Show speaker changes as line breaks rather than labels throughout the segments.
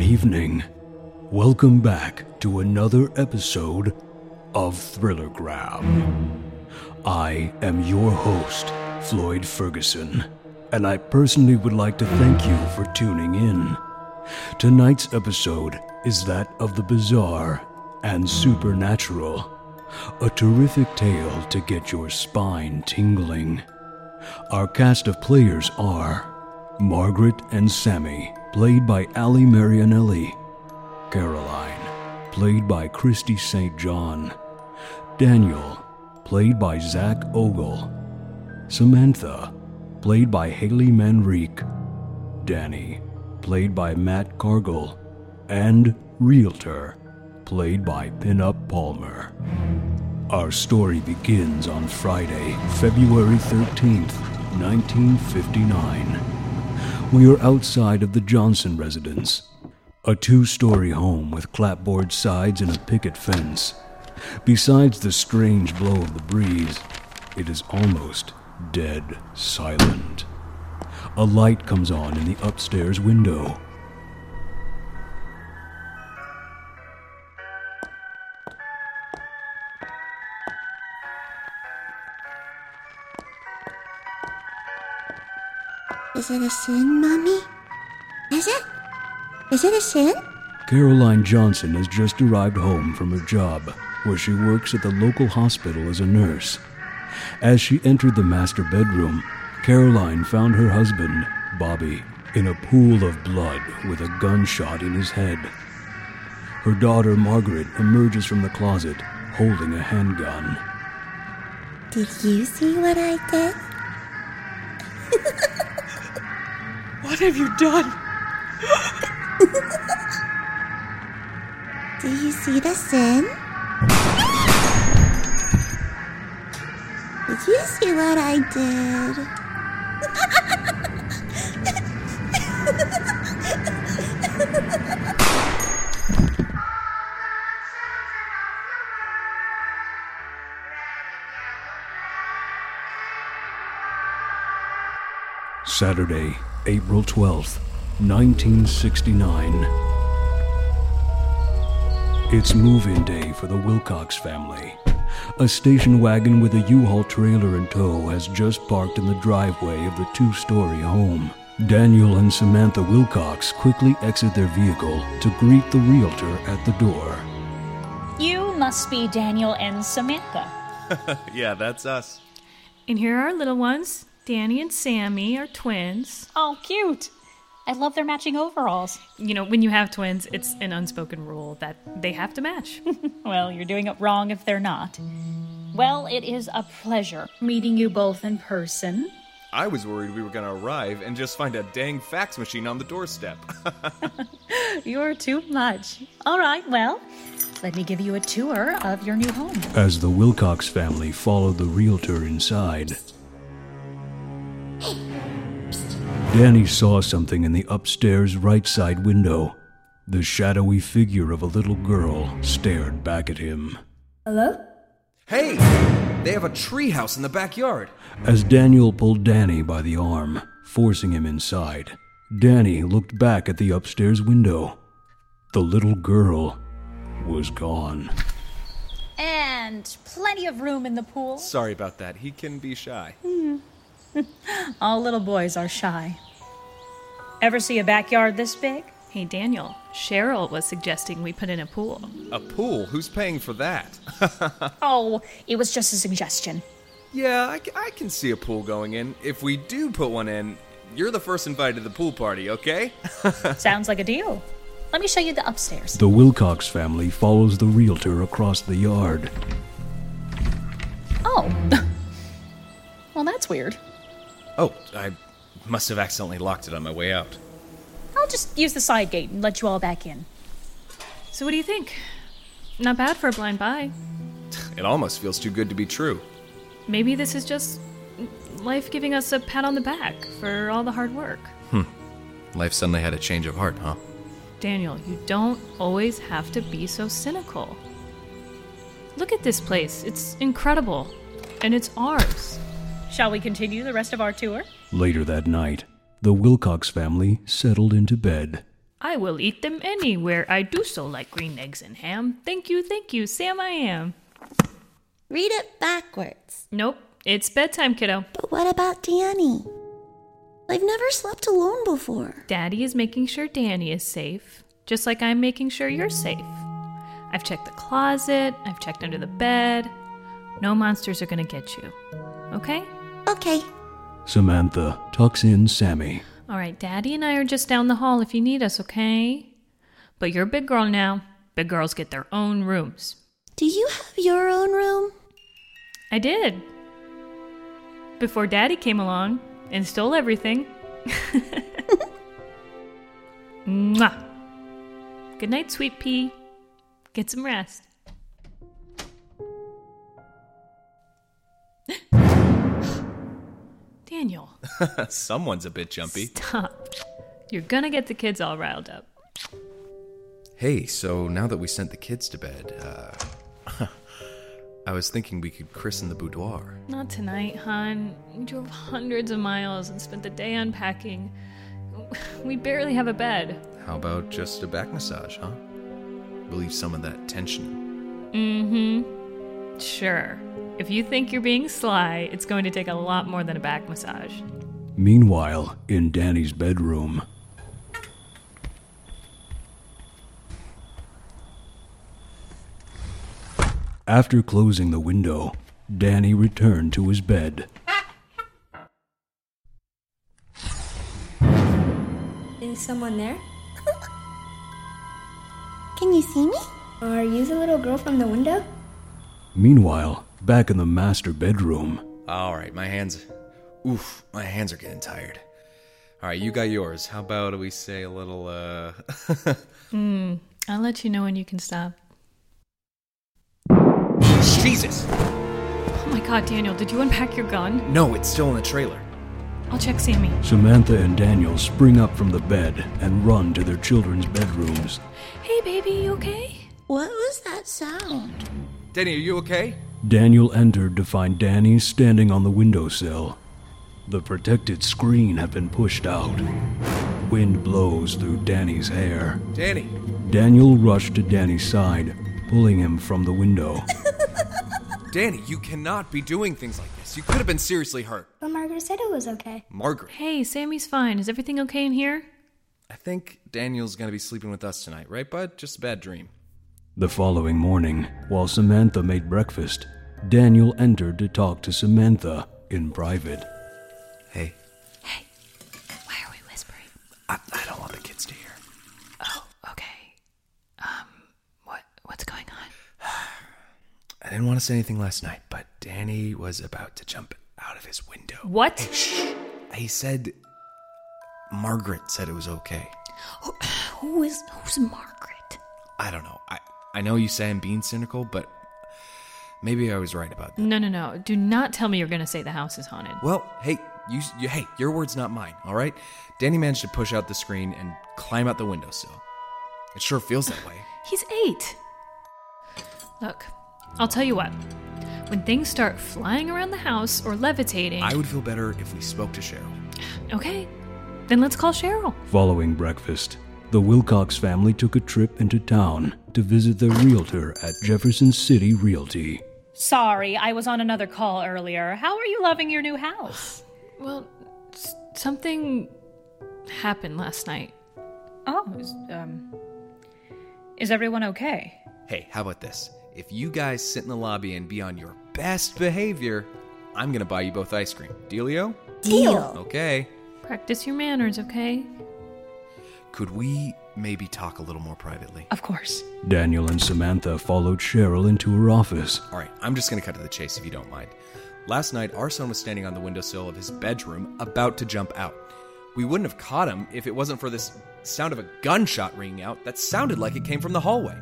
evening. Welcome back to another episode of Thrillergram. I am your host, Floyd Ferguson, and I personally would like to thank you for tuning in. Tonight's episode is that of the bizarre and supernatural, a terrific tale to get your spine tingling. Our cast of players are Margaret and Sammy, played by Ali Marianelli, Caroline, played by Christy St. John, Daniel, played by Zach Ogle, Samantha, played by Haley Manrique, Danny, played by Matt Cargill, and Realtor, played by Pinup Palmer. Our story begins on Friday, February 13th, 1959. We are outside of the Johnson residence, a two story home with clapboard sides and a picket fence. Besides the strange blow of the breeze, it is almost dead silent. A light comes on in the upstairs window.
Is it a sin, Mommy? Is it? Is it a sin?
Caroline Johnson has just arrived home from her job, where she works at the local hospital as a nurse. As she entered the master bedroom, Caroline found her husband, Bobby, in a pool of blood with a gunshot in his head. Her daughter, Margaret, emerges from the closet holding a handgun.
Did you see what I did?
What have you done?
Do you see the sin? Did you see what I did?
Saturday, April 12th, 1969. It's move in day for the Wilcox family. A station wagon with a U Haul trailer in tow has just parked in the driveway of the two story home. Daniel and Samantha Wilcox quickly exit their vehicle to greet the realtor at the door.
You must be Daniel and Samantha.
Yeah, that's us.
And here are our little ones. Danny and Sammy are twins.
Oh, cute. I love their matching overalls.
You know, when you have twins, it's an unspoken rule that they have to match.
Well, you're doing it wrong if they're not. Well, it is a pleasure meeting you both in person.
I was worried we were gonna arrive and just find a dang fax machine on the doorstep.
You're too much. All right, well, let me give you a tour of your new home.
As the Wilcox family followed the realtor inside, Danny saw something in the upstairs right side window. The shadowy figure of a little girl stared back at him.
hey! They have a treehouse in the backyard.
As Daniel pulled Danny by the arm, forcing him inside, Danny looked back at the upstairs window. The little girl was gone.
And plenty of room in the pool.
Sorry about that. He can be shy.
All little boys are shy. Ever see a backyard this big?
hey, Daniel, Cheryl was suggesting we put in a pool.
A pool? Who's paying for that?
Oh, it was just a suggestion.
yeah, I, c- I can see a pool going in. If we do put one in, you're the first invited to the pool party, okay?
Sounds like a deal. Let me show you the upstairs.
The Wilcox family follows the realtor across the yard.
Oh. well, that's weird.
Oh, I must have accidentally locked it on my way out.
I'll just use the side gate and let you all back in.
So, what do you think? Not bad for a blind buy.
It almost feels too good to be true.
Maybe this is just life giving us a pat on the back for all the hard work.
Life suddenly had a change of heart, huh?
Daniel, you don't always have to be so cynical. Look at this place. It's incredible. And it's ours.
Shall we continue the rest of our tour?
Later that night, the Wilcox family settled into bed.
I will eat them anywhere. I do so like green eggs and ham. Thank you, thank you, Sam. I am.
Read it backwards.
Nope, it's bedtime, kiddo.
But what about Danny? I've never slept alone before.
Daddy is making sure Danny is safe, just like I'm making sure you're safe. I've checked the closet, I've checked under the bed. No monsters are gonna get you. Okay?
Okay.
Samantha tucks in Sammy.
All right, Daddy and I are just down the hall if you need us, okay? But you're a big girl now. Big girls get their own rooms.
Do you have your own room?
I did. Before Daddy came along and stole everything. Mwah. Good night, sweet pea. Get some rest. Daniel,
Someone's a bit jumpy.
stop. You're gonna get the kids all riled up.
Hey, so now that we sent the kids to bed, uh, I was thinking we could christen the boudoir.
Not tonight, hon. We drove hundreds of miles and spent the day unpacking. We barely have a bed.
How about just a back massage, huh? Relieve some of that tension.
Mm hmm. Sure. If you think you're being sly, it's going to take a lot more than a back massage.
Meanwhile, in Danny's bedroom, after closing the window, Danny returned to his bed.
Is someone there?
Can you see me?
Are you the little girl from the window?
Meanwhile, back in the master bedroom,
All right, my hands. Oof, my hands are getting tired. All right, you got yours. How about we say a little, uh.
I'll let you know when you can stop.
Jesus!
Oh my god, Daniel, did you unpack your gun?
No, it's still in the trailer.
I'll check Sammy.
Samantha and Daniel spring up from the bed and run to their children's bedrooms.
Hey, baby, you okay?
What was that sound?
Denny, are you okay?
Daniel entered to find Danny standing on the windowsill. The protected screen had been pushed out. Wind blows through Danny's hair.
Danny!
Daniel rushed to Danny's side, pulling him from the window.
Danny, you cannot be doing things like this. You could have been seriously hurt.
But Margaret said it was okay.
Margaret.
Hey, Sammy's fine. Is everything okay in here?
I think Daniel's gonna be sleeping with us tonight, right, bud? Just a bad dream.
the following morning, while Samantha made breakfast, Daniel entered to talk to Samantha in private.
Hey,
Why are we whispering?
I, I don't want the kids to hear.
Oh, okay. Um, what what's going on?
I didn't want to say anything last night, but Danny was about to jump out of his window.
What?
He said Margaret said it was okay.
Who is who's Margaret?
I don't know. I, I know you say I'm being cynical, but maybe I was right about that.
No, no, no. Do not tell me you're going to say the house is haunted.
Well, hey, you, you hey, your word's not mine, all right? Danny managed to push out the screen and climb out the windowsill. It sure feels that way.
He's 8. Look, I'll tell you what. When things start flying around the house or levitating,
I would feel better if we spoke to Cheryl.
okay. Then let's call Cheryl.
Following breakfast, the Wilcox family took a trip into town to visit their realtor at Jefferson City Realty.
Sorry, I was on another call earlier. How are you loving your new house?
Well, s- something happened last night.
Oh, is, um, is everyone okay?
Hey, how about this? If you guys sit in the lobby and be on your best behavior, I'm gonna buy you both ice cream. Dealio?
Deal.
Okay.
Practice your manners, okay?
Could we maybe talk a little more privately?
Of course.
Daniel and Samantha followed Cheryl into her office.
All right, I'm just going to cut to the chase if you don't mind. Last night, our son was standing on the windowsill of his bedroom, about to jump out. We wouldn't have caught him if it wasn't for this sound of a gunshot ringing out that sounded like it came from the hallway.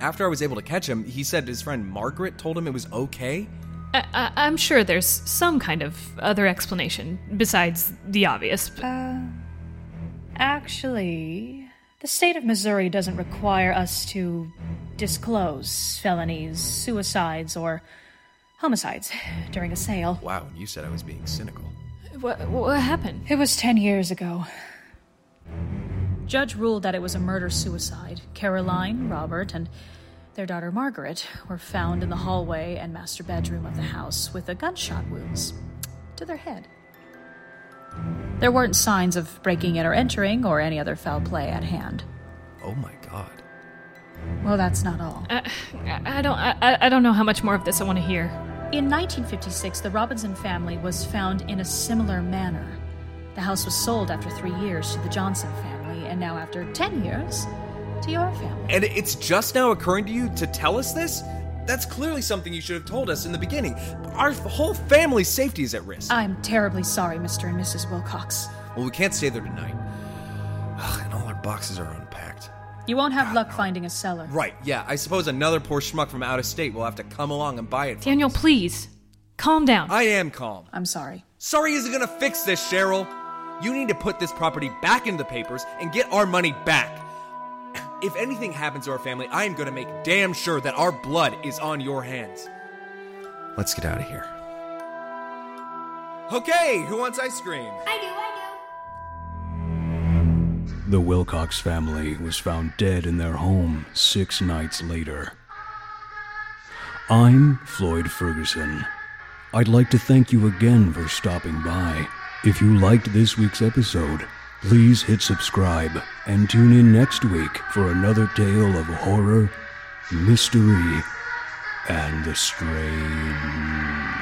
After I was able to catch him, he said his friend Margaret told him it was okay.
I- I- I'm sure there's some kind of other explanation besides the obvious. but-
Actually, the state of Missouri doesn't require us to disclose felonies, suicides, or homicides during a sale.
Wow, and you said I was being cynical.
what, what happened?
It was 10 years ago. Judge ruled that it was a murder suicide. Caroline, Robert, and their daughter Margaret were found in the hallway and master bedroom of the house with a gunshot wounds to their head. There weren't signs of breaking in or entering or any other foul play at hand.
Oh my god.
Well, that's not all.
I, Uh, I I don't. I, I- I don't know how much more of this I want to hear.
In 1956, the Robinson family was found in a similar manner. The house was sold after three years to the Johnson family, and now after 10 years, to your family.
And it's just now occurring to you to tell us this? That's clearly something you should have told us in the beginning. Our whole family's safety is at risk.
Uh,
I'm terribly sorry, Mr. and Mrs. Wilcox.
well, we can't stay there tonight. Ugh, and all our boxes are unpacked.
You won't have luck finding a cellar.
Right, yeah, I suppose another poor schmuck from out of state will have to come along and buy it. from
Daniel, please, calm down.
I am calm.
I'm sorry.
Sorry isn't gonna fix this, Cheryl. You need to put this property back into the papers and get our money back. If anything happens to our family, I am gonna make damn sure that our blood is on your hands. Let's get out of here. Okay, who wants ice cream?
I do, I do.
The Wilcox family was found dead in their home six nights later. I'm Floyd Ferguson. I'd like to thank you again for stopping by. If you liked this week's episode, please hit subscribe and tune in next week for another tale of horror, mystery, and the strange.